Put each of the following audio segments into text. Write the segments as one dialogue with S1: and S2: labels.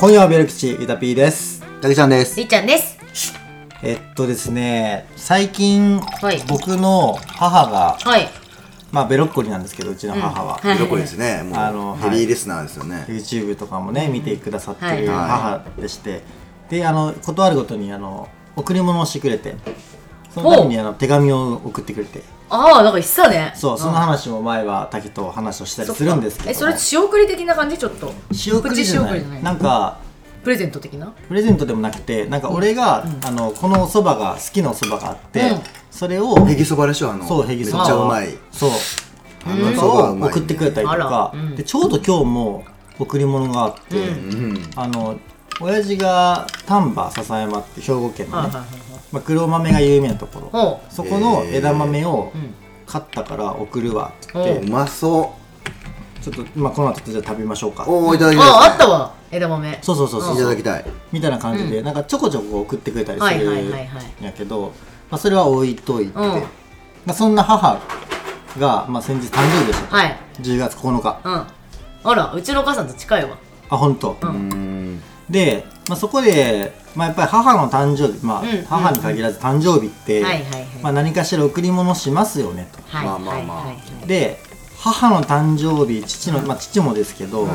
S1: 今夜はベル吉ゆたぴーです
S2: たけちゃんです
S3: りっちゃんです。
S1: えっとですね最近、
S3: はい
S1: 僕の母が
S3: はい。
S1: まあベロッコリなんですけどうちの母は、
S3: はい
S2: どこです ねもう
S1: あの
S2: ヘビーリスナーですよね、
S1: YouTube とかもね見てくださってる
S3: はい
S1: 母でして、であの断るごとにあの贈り物をしてくれてその度にあの手紙を送ってくれて
S3: ああ、なんか言ってたね。
S1: そうその話も前は滝と話をしたりするんですけど
S3: え、それ仕送り的な感じちょっと。
S1: 仕送りじゃな
S3: プチ
S1: い
S3: 仕送りじゃ
S1: な
S3: ない。
S1: んか
S3: プレゼント的な。
S1: プレゼントでもなくてなんか俺が、あのこのおそばが好きなおそばがあって、
S3: うん
S1: それを
S2: ヘギそばでしょあの
S1: そうヘギそば
S2: めっちゃうまい
S1: そう
S2: あの
S1: そ
S2: そばう
S1: を
S2: まいね
S1: 送ってくれたりとか、
S3: あらうん
S1: でちょうど今日も贈り物があって、
S2: うん
S1: あの親父が丹波篠山って兵庫県の
S3: はい
S1: ね、
S3: はいはいはい。
S1: まあ、黒豆が有名なところ
S3: ほ
S1: そこの
S2: へー
S1: 枝豆を
S3: ん
S1: 買ったから送るわって言っ
S2: う
S1: て、
S2: まそ
S1: ちょっと、まあ、この後じゃあ食べましょうか
S2: うおおいただ
S3: う。
S2: き
S3: あ
S2: たい
S3: あ、あったわ。枝豆。
S1: そうそうそう
S2: ですね
S1: そう
S2: いただきたい
S1: みたいな感じで、なんかちょこちょこ送ってくれたり
S3: は
S1: す
S3: いは
S1: る
S3: い
S1: ん
S3: はいはい
S1: やけど、まあ、それは置いといて、
S3: うん
S1: まあ、そんな母が、まあ、先日誕生日でした、
S3: はい。
S1: 10月9日
S3: うん。あら、うちのお母さんと近いわ。
S1: あ本当、
S3: ん
S2: うん
S1: で、まあ、そこで、まあ、やっぱり母の誕生日、まあ
S3: うん
S1: 母に限らず誕生日って、
S3: はいはいはい
S1: まあ、何かしら贈り物しますよねと。
S3: はい。
S2: まあまあまあ
S3: はいはいはい
S1: で母の誕生日父の、まあ、父もですけど、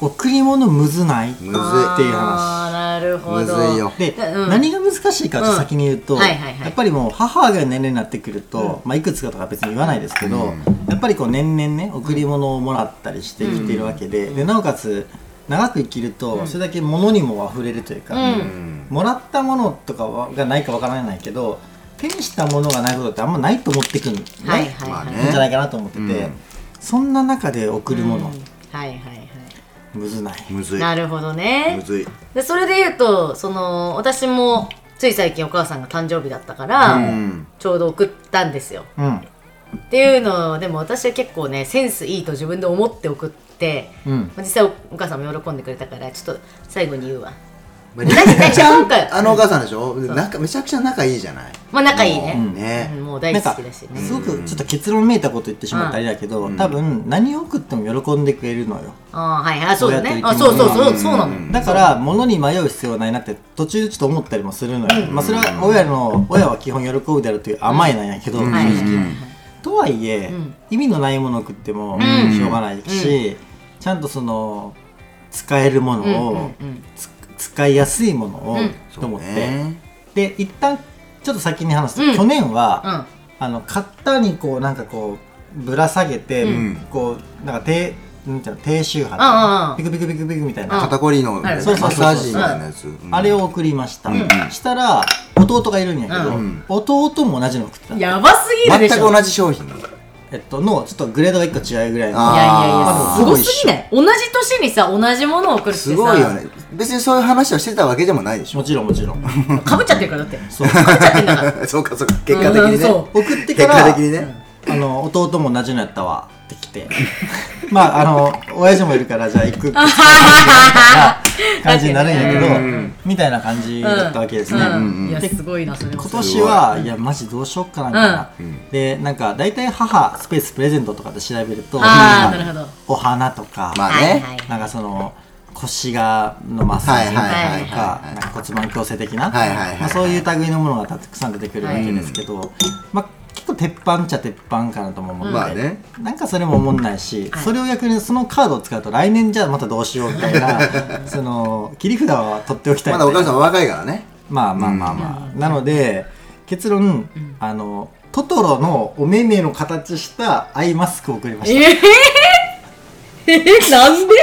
S1: 贈り物むずない
S2: むず
S1: って
S2: い
S1: いう話
S3: ああ、なるほ
S2: むず
S3: ど。
S2: いよ
S1: で、
S3: うん
S1: 何が難しいかちょっと先に言うと、
S3: うんはいはいはい
S1: やっぱりもう母が年齢になってくると、まあ、いくつかとか別に言わないですけど、やっぱりこう年々ね贈り物をもらったりしてきているわけで,、でなおかつ長く生きると、それだけ物にも溢れるというか、
S2: うん
S1: もらったものとかはがないかわからないけど手にしたものがないことってあんまないと思ってくるん、ね
S3: はい
S1: い
S3: はい
S2: まあ
S3: はい。
S2: ね
S1: んじゃないかなと思ってて、
S2: うん
S1: そんな中で贈るもの、
S3: はいはいは
S1: むずない。
S2: むず
S3: い。
S2: い
S3: なるほどね。
S2: むずい
S3: でそれで言うとその私もつい最近お母さんが誕生日だったから、
S2: うん
S3: ちょうど送ったんですよ。
S1: うん
S3: っていうのをでも私は結構ねセンスいいと自分で思って送って、
S1: うん
S3: まあ実際おお母さんも喜んでくれたからちょっと最後に言うわ。
S2: め
S3: 何何
S2: ちゃ
S3: 今回
S2: んあのお母さんでしょ仲めちゃくちゃ仲いいじゃない
S3: まあ仲いいね。
S2: もう
S3: う
S2: ね
S3: んもう大
S1: なん
S3: 好
S1: か
S3: きだしね。
S1: すごくちょっと結論めいたこと言ってしまったりだけど、多分何を送っても喜んでくれるのよ、
S3: ああはいはいあそうだね。
S1: こうや
S3: あ
S1: って生
S3: そ
S1: き
S3: う
S1: 物
S3: そ
S1: は
S3: うそうそうなの。
S1: だから物に迷う必要はないなって途中でちょっと思ったりもするのよ、まあそれは親の親は基本喜ぶであるという甘えなんやけど、
S2: うん
S1: 正
S3: はい
S1: 直
S3: はいはい
S1: とはいえ、
S3: ん
S1: 意味のないものを送っても
S3: ん
S1: しょうがないし、ちゃんとその使えるものを、
S3: うんうんうん
S1: つ使いやすいものを、
S3: うん
S1: と思って、
S2: そうね
S1: で一旦ちょっと先に話すと、
S3: うん
S1: 去年は、
S3: うん
S1: あの肩にこうなんかこうぶら下げて、
S2: ん
S1: こうなんか低なんていうの低周波
S3: うんうんうん
S1: ピクピクピクピクみたいな、
S3: うん
S2: 肩こりのマ
S3: はい
S2: ッサ
S1: そうそうそう
S2: ージみたいなやつうん
S1: あれを送りました、
S2: うん
S1: したら弟がいるんやけど、
S2: うん
S1: 弟も同じの送ってた、
S3: やばすぎる
S2: 全
S3: で
S2: く
S3: しょ。
S2: 同じ商品
S1: えっと、のちょっとグレードが1個違うぐらいの
S3: いやいやい
S2: あー
S3: やすごすぎない。同じ年にさ同じものを送るってさ。
S2: すごいよね別にそういう話をしてたわけでもないでしょ
S1: もちろんもちろ ん
S3: かぶっちゃってるからだって
S1: そう
S3: かぶっちゃってん だから
S2: そうかそうか結果的
S3: う
S2: に
S3: んそ
S2: ね
S3: う
S1: 送ってか
S2: 結
S1: ら
S2: 果的にね
S1: あの弟も同じのやったわって来て まああの親父もいるからじゃあ行くみたいな感じになるんやけど、
S2: うん
S1: みたいな感じだったわけですね、
S3: うん
S2: うん
S3: いやすごいなそれは
S1: 今年はいやマジどうしよっかなみたいな、でなんか大体母スペースプレゼントとかで調べると
S3: ああ
S1: なんか
S3: なるほど
S1: お花とか、
S2: まあ
S3: はい
S2: ね
S3: はい
S1: なんかその腰がのマッサージみたいなのと
S2: はい
S1: か
S2: はいはいはい
S1: なんか骨盤矯正的な、
S2: はいはいはいはい
S1: まあ、そういう類のものがたくさん出てくるわけですけど、まあ結構鉄板っちゃ鉄板かなとも思って、
S2: まあね
S1: なんかそれも思んないし、それを逆にそのカードを使うと来年じゃあまたどうしようみたい なその切り札は取っておきたい
S2: ま
S1: みたい
S2: だお
S1: な
S2: 母さん若いからね
S1: まあまあまあまあ、なので結論、あのトトロのお目目の形したアイマスクを送りま
S3: え
S1: し
S3: ー、 えー、なんで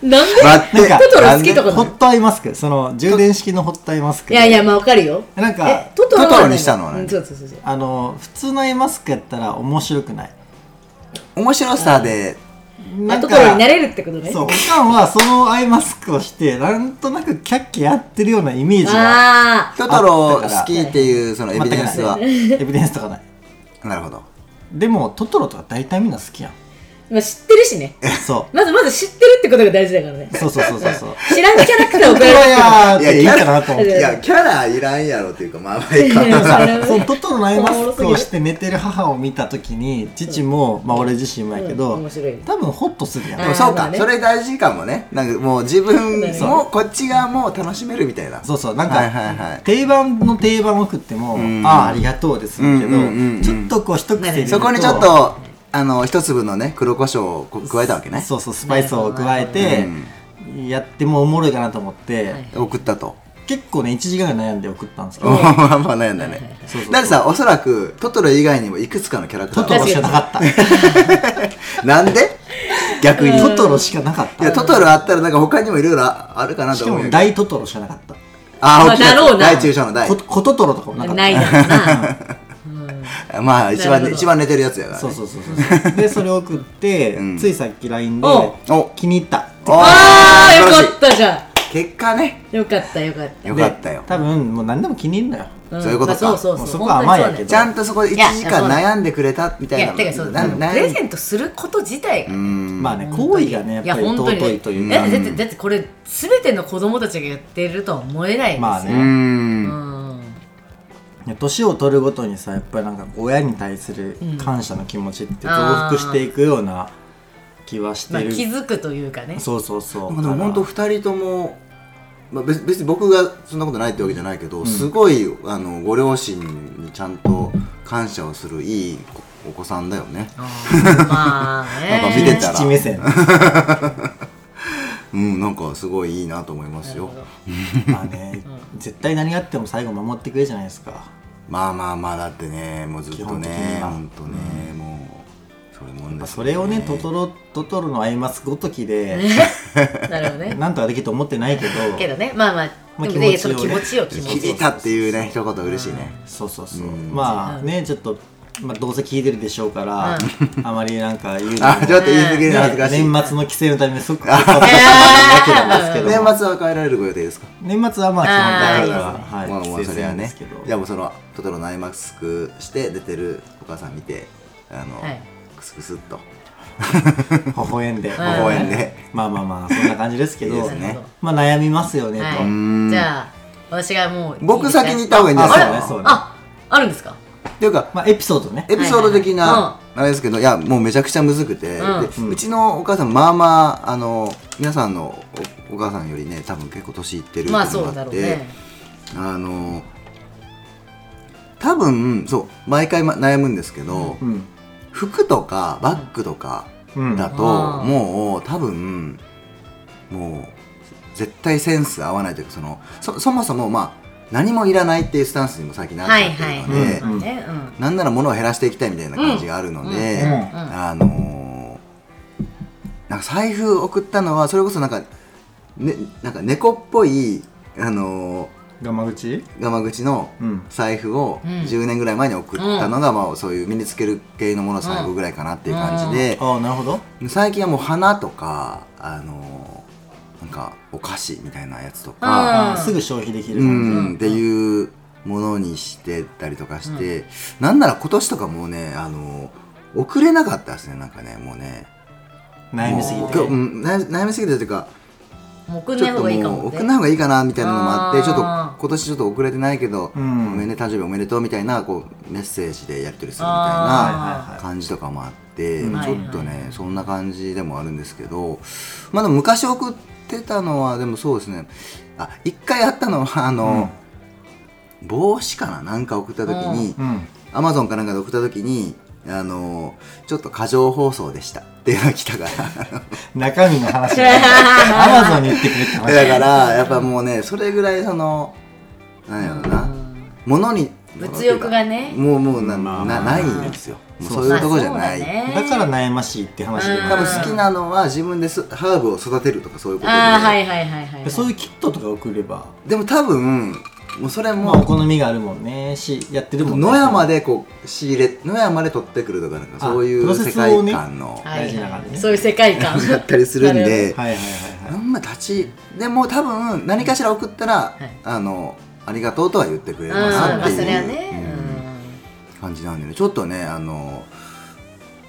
S3: なんで
S2: 待って
S1: なんか
S3: トトロ好きと
S1: た
S3: か
S1: ホットアイマスクその充電式のホットアイマスク
S3: いやいやまあわかるよ
S1: なんか
S3: えトトロは
S2: トトロにしたのはね
S3: うんそうそうそうそう
S1: あの普通のアイマスクやったら面白くない
S2: 面白さで
S1: な
S3: あ
S1: ん
S3: ト
S1: か
S3: トロになれるってことね
S1: そうおかんはそのアイマスクをしてなんとなくキャッキャやってるようなイメージが
S3: あ
S2: トトロを好きっていうそのエビデンス
S1: 全
S2: は
S1: くないエビデンスとかない
S2: なるほど
S1: でもトトロとか大体みんな好きやん
S3: あまあ、知ってるしね
S1: そ
S3: まずまず知ってるってことが大事だからね
S1: うそうそうそうそう そう
S3: 知らんキャラクターを
S1: 本当
S3: 変える
S1: はやーっ
S2: いや
S1: ていいかなと思っ
S2: い
S1: て
S3: や
S2: やキャラいらんやろっていうかまあまあいいか
S3: いや
S1: でもさ
S3: それ
S1: そうトトロのアイマスクをして寝てる母を見た時に父も、まあ、俺自身もやけど、
S3: うん面白い
S1: 多分ホッとするやん、
S3: う
S2: で
S3: ん
S2: もそう
S3: まあ
S2: か
S3: ね
S2: それ大事かもねなんかもう自分もこっち側も楽しめるみたいな
S1: そうそうなんか、
S2: はいはいはい
S1: 定番の定番を食っても、
S2: ん
S1: ああありがとうでするけど、
S2: うんうんうんうん
S1: ちょっとこう一癖入れると
S2: そこにちょっとあの一粒のね黒胡椒をこう加えたわけね
S1: そうそうスパイスを加えて、やってもおもろいかなと思って、
S3: はい
S2: 送ったと
S1: 結構ね1時間ぐらい悩んで送ったんですけど、
S2: まあまあ悩んだね
S1: そうそうそう
S2: だってさおそらくトトロ以外にもいくつかのキャラクタ
S1: ト
S2: ー
S1: トロしかなかった
S2: なんで逆に
S1: トトロしかなかっ
S2: いや
S1: た
S2: トトロあったらなんか他にもいろいろあるかな
S1: し
S2: と
S1: か
S2: 思う
S1: も
S2: よ
S1: 大トトロしかなかった
S2: あ大き
S3: まあだろうな
S2: 大中小の大
S1: こ小トトロとかもなかった
S3: ないだろうな
S2: まあ一
S3: なる
S2: 番
S3: ほど
S2: 一番寝てるやつやからね
S1: そうそうそうそうでそれを送って、
S2: うん
S1: ついさっき LINE で
S3: お
S2: お
S1: 気に入った
S3: あー
S2: 素晴
S3: よ
S2: らしい
S3: かったじゃん
S2: 結果ね
S3: よかったよかった
S2: よかったよ
S1: で多分もう何でも気に入るのよ
S3: ん
S2: そういうことか
S3: まあそうそ
S1: も
S3: うそう
S1: うそこは甘いやけど
S2: ちゃんとそこで1
S3: いや
S2: 時間
S3: そうだ
S2: 悩んでくれたみた
S3: い
S2: い
S3: や
S2: な
S3: てかそう
S2: な
S3: あの
S2: な
S3: プレゼントすること自体が
S2: うん
S1: まあね行為がねやっぱり
S3: 本当に
S1: 尊いという
S3: や
S1: か
S3: だってだってこれ全ての子供たちがやってるとは思えないですよ
S1: まあね
S2: うん
S3: うん
S1: いや年を取るごとにさやっぱりなんか親に対する感謝の気持ちって増
S3: あー
S1: 幅していくような気はして
S3: まあ、
S1: る、
S3: 気づくというかね
S1: そうそうそう
S2: まあ、でも本当
S1: だか
S2: 二人とも、まあ、別別に僕がそんなことないってわけじゃないけど、すごいあのご両親にちゃんと感謝をするいいおお子さんだよね。
S3: あーまあね
S1: ら
S2: なんか見てたら
S1: 父目線
S2: うん、なんかすごいいいなと思いますよ。
S1: まあ ね、絶対何があっても最後守ってくれるじゃないですか
S2: まあまあまあだってね、もうずっ
S1: 基
S2: と
S1: 本的
S2: ね
S1: に、は
S2: 本当ね、もうそれもんですよ、
S1: それをねトトロトトロのアイマスごときで
S3: なるほどね
S1: なんとかできると思ってないけど
S3: けどねまあま
S1: ま
S3: あ
S1: あ
S3: でもねそ
S1: 気
S3: の
S1: 持ち
S3: 気
S1: を
S3: 持
S1: ね
S3: ちよ気持
S2: 切
S3: ち
S2: れ
S3: よ
S2: たっていうね一言嬉しいね。
S1: そうそうそう、
S2: うん
S1: まあねちょっと、まあ、どうせ聞いてるでしょうから、 あまりなんか言うのも
S2: あ、ちょっと言い過ぎるの恥ずかしい。
S1: 年末の帰省のために 即刻買ったわけなんですけ
S2: 年
S1: ど
S2: 末は帰られるご予定ですか。
S1: 年末はまあ基本的には、
S2: ま
S1: は
S2: あ
S1: い、
S2: まあ
S1: 帰省
S2: そ
S1: す
S2: れ
S1: る
S2: は
S1: んで
S2: ね
S1: すけど、
S2: じゃあもうそのトトロのアイマスクして出てるお母さん見てあの、
S3: はい
S2: クスクスっと
S1: 微笑んで、
S3: ん
S2: 微笑んで
S1: まあまあまあそんな感じですけど
S2: いいですね
S1: まあ悩みますよねと、
S3: は
S2: ん
S3: いじゃあ私がもう
S2: 僕先に行った方がいいんじゃ
S1: あ
S2: ない
S1: そう
S2: で
S1: ね
S2: す
S1: そ
S2: か
S1: うね
S3: ああるんですか
S2: っていうか
S1: まあエピソードね
S2: エピソード的
S3: はいはい
S2: なあれですけど、いやもうめちゃくちゃむずくて、
S3: うん
S2: でうちのお母さんまあまああの皆さんのおお母さんよりね多分結構年いってるっていうのがあ
S3: まあ
S2: って、
S3: そうだろうね
S2: あの多分そう毎回ま悩むんですけど、
S1: うん
S2: 服とかバッグとか、
S1: うん
S2: だ
S3: あ
S2: と、
S3: ー
S2: もう多分もう絶対センス合わないというかそのそそもそもまあ何もいらないっていうスタンスにも最近なっち
S3: はい
S2: ゃって
S3: は
S2: る
S3: い
S2: ので、
S1: うんうん
S3: ねうん
S2: なんなら物を減らしていきたいみたいな感じがあるので、
S1: うんうん
S2: あのーなんか財布送ったのはそれこそなんか,、ね、なんか猫っぽいあの
S1: ガマ口
S2: ーガマ口の
S1: うん
S2: 財布を
S3: うん
S2: 10年ぐらい前に送ったのが、まあ、そういう身につける系のもの最後ぐらいかなっていう感じで、
S1: ああなるほど
S2: 最近はもう花とかあのーなんかお菓子みたいなやつとか、
S1: あ
S3: あ
S1: ーすぐ消費でき
S2: う
S1: る感じ、
S2: ん、っていうものにしてたりとかして、なんなら今年とかもうねあのー遅れなかったですねなんかねもうね
S1: 悩みすぎ
S2: もう
S1: て
S2: 今日うん悩悩みすぎてというか
S3: もう送ん
S2: ち
S3: ない
S2: ょっ
S3: 方
S2: と
S3: がいいか
S2: もう
S3: も
S2: 送んない方がいいかなみたいなのもあって
S3: あー
S2: ちょっと今年ちょっと遅れてないけど、
S1: うん
S2: ごめんね誕生日おめでとうみたいなこうメッセージでやり取りする
S1: はい
S2: みたいな
S3: あー
S1: はいはい
S2: 感じとかもあって、
S1: うん
S2: ちょっとね、そんな感じでもあるんですけどまあでも昔送ってたのはでもそうですねあ一回あったのはあの、帽子かななんか送った時に
S1: うん
S2: アマゾンかなんかで送った時にあのちょっと過剰放送でしたっていうのが来たから
S1: 中身の話 アマゾンに言ってくれって話
S2: だからやっぱもうねそれぐらいそのなんやろうな物に
S3: 物欲がね
S2: もうもうな,、
S1: まあ
S2: な
S1: まあ
S2: ないんですよもう
S1: そう
S2: そういうとこじゃない、
S1: だから悩ましいって話で
S3: うん
S2: 多分好きなのは自分ですハーブを育てるとかそういうことで、
S3: ああーはいはいはいはいはい
S1: そういうキットとか送れば、
S2: でも多分もうそれ
S1: まあ、お
S2: も
S1: 好みがあるもんねしやってるもんね
S2: 野山でこう仕入れ野山で取ってくるとかなんかそうい
S1: あプ
S2: う
S1: ロセ
S2: 世
S1: スを
S2: 界
S1: ね
S2: 観の
S3: はい
S1: 大事な感じね
S3: そういう世界観
S2: だったりするん
S3: な
S2: で
S1: はいはいはい
S2: あ
S1: はい
S2: んま立ちでも多分何かしら送ったら、
S3: い
S2: あのありがとうとは言ってくれ
S3: うん
S2: る
S3: ま
S2: かなっ
S3: あ
S2: て
S3: そ
S2: いう、
S3: れはね
S2: うん感じなんでねちょっとねあの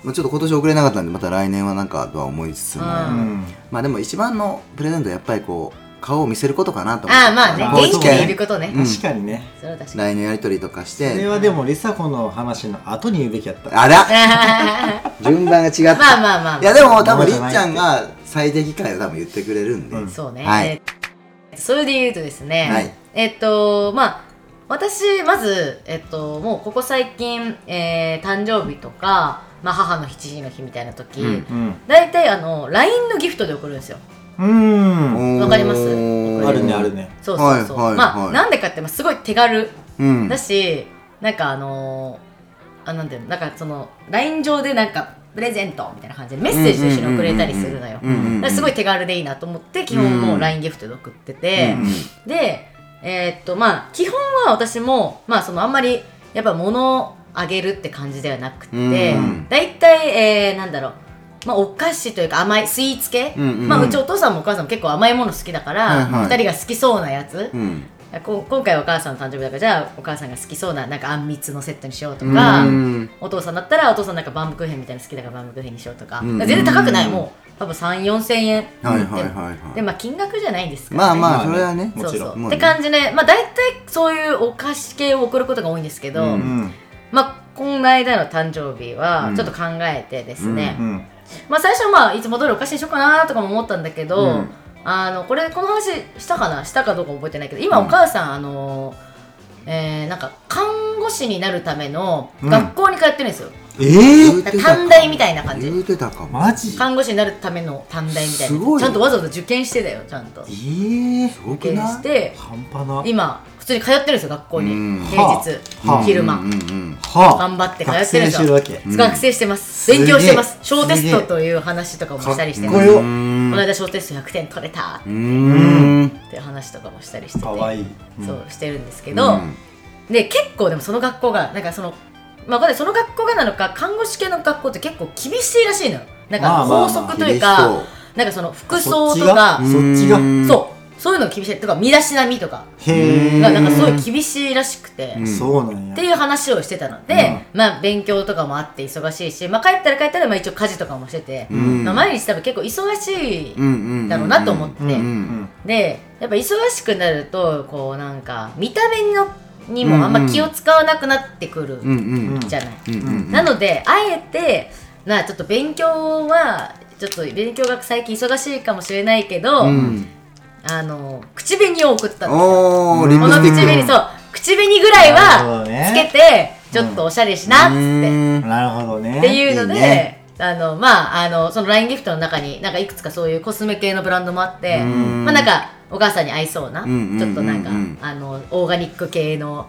S2: まあ、ちょっと今年遅れなかったんでまた来年はなんかとは思いつつも、
S3: うん
S1: うん
S2: まあでも一番のプレゼントはやっぱりこう顔を見せることかなと思って
S3: ああまあね
S1: まあ
S3: 元気でいることね、
S2: うん
S1: 確かにね
S3: それは確かに
S2: 来年やり取りとかし
S1: それ
S2: て
S1: はでも梨紗子の話の後に言うべきやった
S2: あら順番が違った
S3: まあまあまあ
S2: いやでも多分り
S1: まあまあ
S2: っちゃんが最適解を多分言ってくれるんで、
S1: うん
S3: そうね、
S2: はい
S3: えーそれで言うとですね、
S2: はい
S3: えっとまあ私まず、えっと、もうここ最近、えー誕生日とか、まあ、母の七時の日みたいな時、
S2: うん
S1: うん
S3: 大体あの LINE のギフトで送るんですよ
S1: うん
S3: わかります
S2: おー
S1: あるねあるね
S3: そうそうそう、
S2: はいはい
S3: ま
S2: は
S3: あ
S2: い
S3: なんでかってまあすごい手軽
S2: うん
S3: だし、なんかあのーあなんていうのなんかその LINE 上でなんかプレゼントみたいな感じでメッセージと一緒に送れたりするのよ、
S2: うんうんうんうん
S3: だからすごい手軽でいいなと思って基本もう LINE ギフトで送ってて、
S2: うん
S3: でえーっとまあ基本は私もまあそのあんまりやっぱ物をあげるって感じではなくて、
S2: うん
S3: だいたい、えーなんだろうまあ、お菓子というか甘いスイーツ系、
S2: うんうんうん
S3: まあ、うちお父さんもお母さんも結構甘いもの好きだから、
S2: はいはい
S3: 2人が好きそうなやつ、
S2: うん
S3: こ今回はお母さんの誕生日だからじゃあお母さんが好きそうななんかあんみつのセットにしようとか、
S2: うん
S3: お父さんだったらお父さんなんかバウムクーヘンみたいなの好きだからバウムクーヘンにしようとか,、
S2: うんうんうん
S3: 全然高くないもう多分3 4千円
S2: はいはいはいはい
S3: でまあ金額じゃないんですけど、
S2: まあま
S1: まあ
S2: あ
S1: ね
S2: それはね
S1: も
S3: そう
S1: ち
S3: そ
S1: ろ
S3: うん
S2: もう
S3: っ
S2: ね
S3: て感じでまあ大体そういうお菓子系を送ることが多いんですけど、
S2: う
S1: うん
S3: まあこの間の誕生日は
S2: うん
S3: ちょっと考えてですね、
S1: うん
S3: まあ最初はまあいつも通りお菓子にしようかなとかも思ったんだけど、
S2: うん
S3: あのこれこの話したかなしたかどうか覚えてないけど今お母さん、あのえーなんか看護師になるための
S1: うん
S3: 学校に通ってるんですよ、
S1: ええ
S2: 言うてたか
S3: 短大みたいな感じ
S2: 言うてたかも
S1: マジ
S3: 看護師になるための短大みたい
S2: す
S3: な
S2: ごいよ
S3: ちゃんとわざわざ受験してたよちゃんと
S1: えー
S2: すごく
S3: 受験
S2: ない
S3: して
S1: 半端な
S3: 今普通に通ってるんですよ学校に
S2: うん
S3: 平日、
S1: はあはあ
S3: 昼間、
S2: うんうん
S1: は
S3: 頑張って通
S1: 学
S3: ってる
S1: 生
S3: んで
S1: し
S3: す
S1: てる
S3: よ
S1: わけ
S2: ん
S3: 学生してます
S1: すげえ
S3: 勉強してます小テ
S1: すげ
S3: ス
S1: え
S3: トという話とかもしたりして
S1: か
S3: ま
S1: っ
S3: す
S1: こ
S3: こ
S1: よ
S2: うん
S3: の間小テスト100点取れた
S2: うーん
S3: っていう話とかもしたりしてて
S1: かわいいうん
S3: そうしてるんですけど、
S2: ん
S3: で結構でもその学校がなんかそのまあわかんないその学校がなのか看護師系の学校って結構厳しいらしいのよなん
S1: まあ
S3: か
S1: まあま
S3: 法
S1: あ
S3: 則というか、
S2: 厳し
S3: なんかその服
S1: そ
S3: 装
S1: っち
S3: と
S1: が
S3: か
S1: そっちが
S2: うん
S3: そうそういうのが厳しいとか身だしなみとか
S1: へえ
S3: がなんかすごい厳しいらしくて、
S2: うん
S1: そうなんや
S3: っていう話をしてたので、まあ勉強とかもあって忙しいし、まあ、帰ったら帰ったらまあ一応家事とかもしてて、
S2: ん
S3: まあ、毎日多分結構忙しい、
S2: うんうんうんうん
S3: だろうなと思って
S2: うんうん
S1: うん
S3: でやっぱ忙しくなるとこうなんか見た目のにもあんま気を使わなくなってくる
S2: うんうん
S1: うん
S3: じゃない、
S2: うんうん
S3: なのであえてなあちょっと勉強はちょっと勉強が最近忙しいかもしれないけど、
S2: うん
S3: あの口紅を送ったんですよ
S2: おーリ
S3: こ
S2: ッ
S3: の
S2: プステ
S3: 口
S2: ィック
S3: 紅そう口紅ぐらい
S1: なるほ
S3: は
S1: ど
S3: つ
S1: ね
S3: けてちょっとおしゃれしなっつって、
S1: なるほどね
S3: っていうので
S2: いいね
S3: あのまああのその LINE ギフトの中になんかいくつかそういうコスメ系のブランドもあって
S2: ん
S3: まあなんかお母さんに合いそうな、
S2: んうんうんうん
S3: ちょっとなんかあのオーガニック系の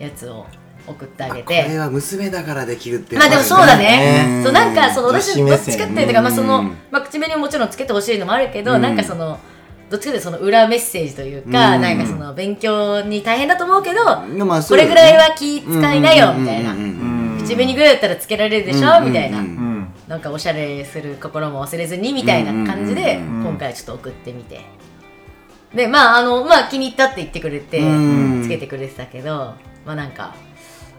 S3: やつを送ってあげ
S2: これ
S3: て
S2: は娘だからできるって
S3: まあでもそうだね
S1: ね
S3: そうなんかその
S1: 女
S3: 私
S1: 子
S3: ど
S1: 目線
S3: っちかっていうとか、まあ、その、
S2: うん
S3: まあ、口紅ももちろんつけてほしいのもあるけど、
S2: うん
S3: なんかそのどっちかっていうとその裏メッセージというか、
S2: うん
S3: なんかその勉強に大変だと思うけど、
S2: でもまあそ
S3: こ
S2: うだね
S3: れぐらいは気使いなよみたいな、
S2: うんうん
S1: う
S2: うんうん
S1: ん
S3: 口紅ぐらいだったらつけられるでしょ、
S2: うん
S3: みたいな。
S2: うんうん
S1: うん
S3: なんかおしゃれする心も忘れずにみたいな感じで
S2: うん
S1: うんうん
S3: 今回ちょっと送ってみてでまああのまあ気に入ったって言ってくれて
S2: うん
S3: つけてくれてたけどまあなんか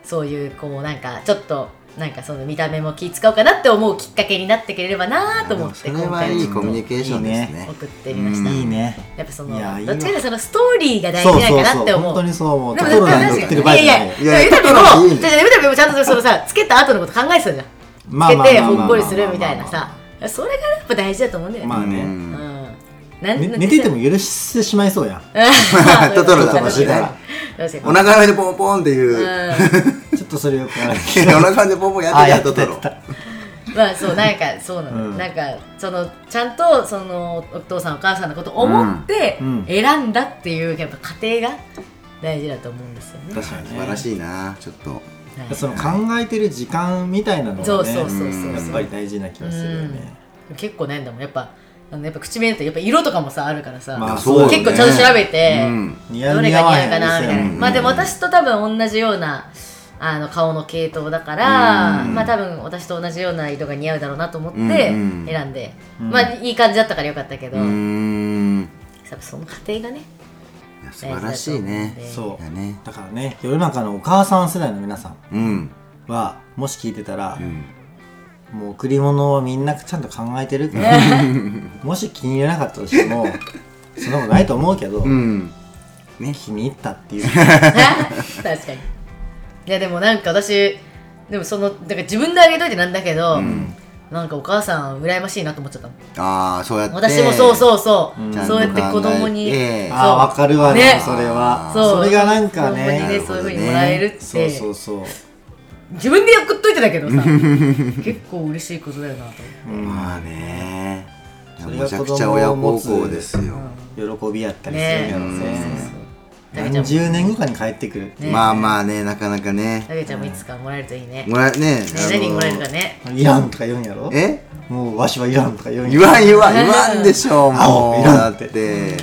S3: そういうこうなんかちょっとなんかその見た目も気使おうかなって思うきっかけになってくれればなと思って
S2: それ
S3: 今
S2: は
S3: 回
S2: い
S3: ち
S2: い
S3: ょ
S2: コミュニケーションで
S1: い
S2: す
S1: い
S2: ね
S3: っと送ってみました
S2: うん
S1: いいね
S3: やっぱその
S1: いやいいわ
S3: どっちかというとそのストーリーが大
S1: そ
S3: 事
S1: うそう
S3: なんか
S1: そ
S3: なっ
S1: う
S3: て
S1: 本
S3: 思
S1: 当
S3: う
S1: にそう思う
S3: で
S1: ト
S3: も
S1: トロなん
S3: 確
S1: か
S3: か
S1: 言っ
S3: に
S1: て
S3: い
S1: る場合
S3: や
S1: じ
S3: い
S1: ゃない
S3: や
S1: よ
S3: い
S2: い
S3: や
S2: や
S3: ゆたぴ
S2: トトロ
S3: も
S2: いいね
S3: じゃあゆたぴもちゃんとそのさつけた後のこと考えてたじゃん
S1: まあ
S3: つけ
S1: まあ
S3: て
S1: まあま
S3: ほ
S1: あ
S3: っこりするみたいなさそれがやっぱ大事だと思うんだよね、
S1: まあ
S2: う
S1: ね
S3: うんん、
S1: ね寝て ても許してしまいそうやん
S2: トトロだ
S1: としてたら
S2: お腹の上でポンポンっていう、
S1: ちょっとそれよくわか らない
S2: お腹でポンポンやってた
S1: あや
S2: や
S1: って
S2: ト
S1: た
S2: ト
S1: やっ
S2: ロ
S1: てた
S3: まあそうなんかそうなの、
S1: うん
S3: なんかそのちゃんとそのお父さんお母さんのことを思って
S1: うんうん
S3: 選んだっていうやっぱ過程が大事だと思うんですよね。
S1: 確かに
S2: 素晴らしいなちょっと
S3: はい
S1: その考えてる時間みたいなの
S3: そ
S1: が
S3: う
S1: ね
S3: そうそうそう
S2: うん
S1: やっぱり大事な気がするよね
S3: 結構悩んだもんやっぱあのやっぱ口紅ってやっぱ色とかもさあるからさ、
S1: まあ
S2: そうよね
S3: 結構ちゃんと調べて、
S2: うん
S1: 似合
S3: ど
S1: う
S3: れ
S1: 似
S3: が
S1: 合わ
S3: 似合
S1: へ
S3: うんかなみたいな、
S2: うん
S3: まあでも私と多分同じようなあの顔の系統だから、
S2: うん
S3: まあ多分私と同じような色が似合うだろうなと思って
S2: うんうん
S3: 選んで、
S1: うん
S3: まあいい感じだったからよかったけど、
S2: うーん
S3: やっぱその過程がね
S2: いや素晴らしいね
S1: そう
S2: だね
S1: だからね世の中のお母さん世代の皆さん
S2: うん
S1: はもし聞いてたら
S2: うん
S1: もう贈り物はみんなちゃんと考えてるから もし気に入らなかったとしてもそんなことないと思うけど、
S2: うん
S1: 気に入ったって いう
S3: 確かにいやでもなんか私でもそのだから自分であげといてなんだけど、なんかお母さん羨ましいなと思っちゃったもん
S2: ああそうやって
S3: 私もそうそうそう、
S1: うん
S3: そうやって子供に、
S2: ちゃんと考えて
S3: そ
S1: ああ分
S3: う
S1: かるわね
S3: ね
S1: それは
S3: そう
S1: れがなんか
S3: 子供に
S1: ね
S3: ねそういうふうにもらえるって
S1: そうそうそう
S3: 自分で送っといてだけどさ結構嬉しいことだよなと思って
S2: まあね
S1: それが
S2: むちゃくちゃ親孝行ですよ、
S1: 喜びやったりする
S3: ね
S1: けど
S3: そうそう
S1: ね
S3: そうだけち
S1: 何
S3: ゃんも
S1: 十年後かに帰ってくるっていう
S3: ね
S2: まあまあねなかなかね
S3: だけちゃんもいつかもらえるといいねね
S2: もらえねあの
S3: 何もらえるかね
S1: いらんとか言うんやろ
S2: え
S1: もうわしはいらんとか言うん
S2: 言
S1: やろ
S2: わん言わん言わんでしょうも
S1: 青
S2: う
S1: い
S2: だ
S1: らん
S2: っ
S1: って
S2: て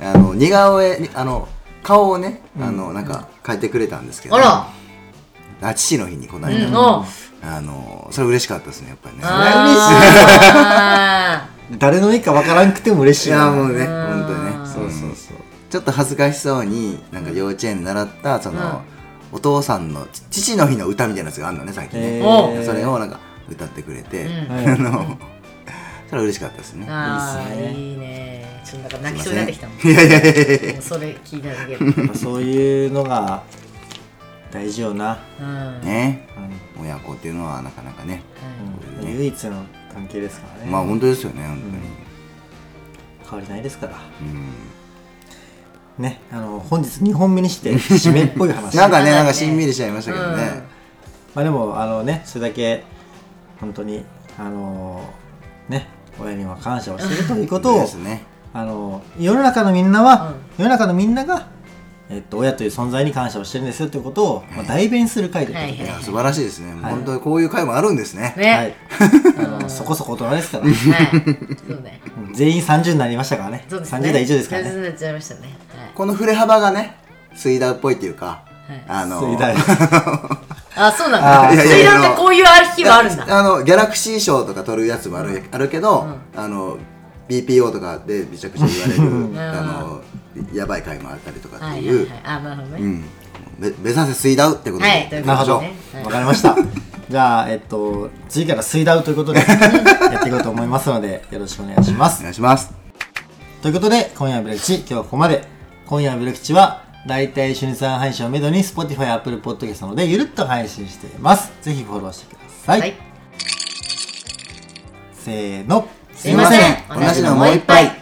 S2: あの似顔絵にあの顔をねあのなんか変えてくれたんですけど
S3: あら
S2: あ父の日にこの
S3: うん
S2: 間、
S3: お
S2: あのそれ嬉しかったですねやっぱりね
S3: あ
S1: 誰の意かわからんくても嬉し
S2: い
S1: いな
S2: やもうね
S3: あー
S2: 本当にね
S1: そうそうそう
S2: ちょっと恥ずかしそうになんか幼稚園で習ったその、お父さんの父の日の歌みたいなやつがあるのね最近ね、
S1: え
S3: お
S1: ー
S2: それをなんか歌ってくれて、
S3: うん
S1: はい
S2: あのそれは嬉しかったですね
S3: ーあ
S1: いいっすね
S3: ーいいねちょっとなんか泣きそうになってきたもん
S2: いやいやいやいや
S3: もうそれ聞いただけ
S1: や
S3: で
S1: っぱそういうのが大事よな、
S3: うん
S2: ね
S1: う
S2: 親子っていうのはなかなかね
S1: ん唯一の関係ですからね、
S2: まあ本当ですよね本
S1: 変わりないですから
S2: 当に、うん
S1: ねあの本日2本目に して締めっぽい話
S2: なんか
S3: そうだね
S2: ねなんかしんみりしちゃいましたけどね、
S1: まあでもあのねそれだけ本当にあのね親には感謝をしているということ
S2: で
S1: を
S2: すね
S1: あの世の中のみんなは、世の中のみんなが、えっと、親という存在に感謝をしてるんですよということを、まあ、代弁する会ということで、
S2: いや素晴らしいですね、
S1: はい
S2: 本当にこういう会もあるんですね
S3: ね
S1: はい、あのそこそこ大人ですから
S3: はいそうね
S1: 全員30になりましたからね
S3: そうですね
S1: 30代以上ですから
S3: 30
S1: ね
S3: になっちゃいましたねはい
S2: この振れ幅がね水ダっぽいっていうか、
S3: はい
S2: あの
S1: 水大
S3: あそうなん
S1: あー
S3: だ
S1: いやいや
S3: 水道ってこういう日はあるんだ
S2: あのギャラクシー賞とか取るやつもある,、あるけど、あの BPO とかでめちゃくちゃ言われる、あのやばい回もあったりとかっ
S3: は
S2: て
S3: い
S2: い
S3: は
S2: う、
S3: いはいあなるほど
S2: う
S3: ね
S2: ん、め目指せ水ダウってことで、
S3: はいというこ
S1: なるほ
S3: と
S1: ど
S3: でねはい
S1: わかりましたじゃあえっと次から水ダウという ことでやっていこうと思いますのでよろしくお願いしま
S2: お
S1: す
S2: 願いします
S1: ということで今夜はブレクチ今日はここまで今夜はブレクチは大体週日配信をめどに Spotify、Apple Podcast などでゆるっと配信していますぜひフォローしてください、
S3: はい
S1: せーの
S3: すいません
S2: 同じのもう一杯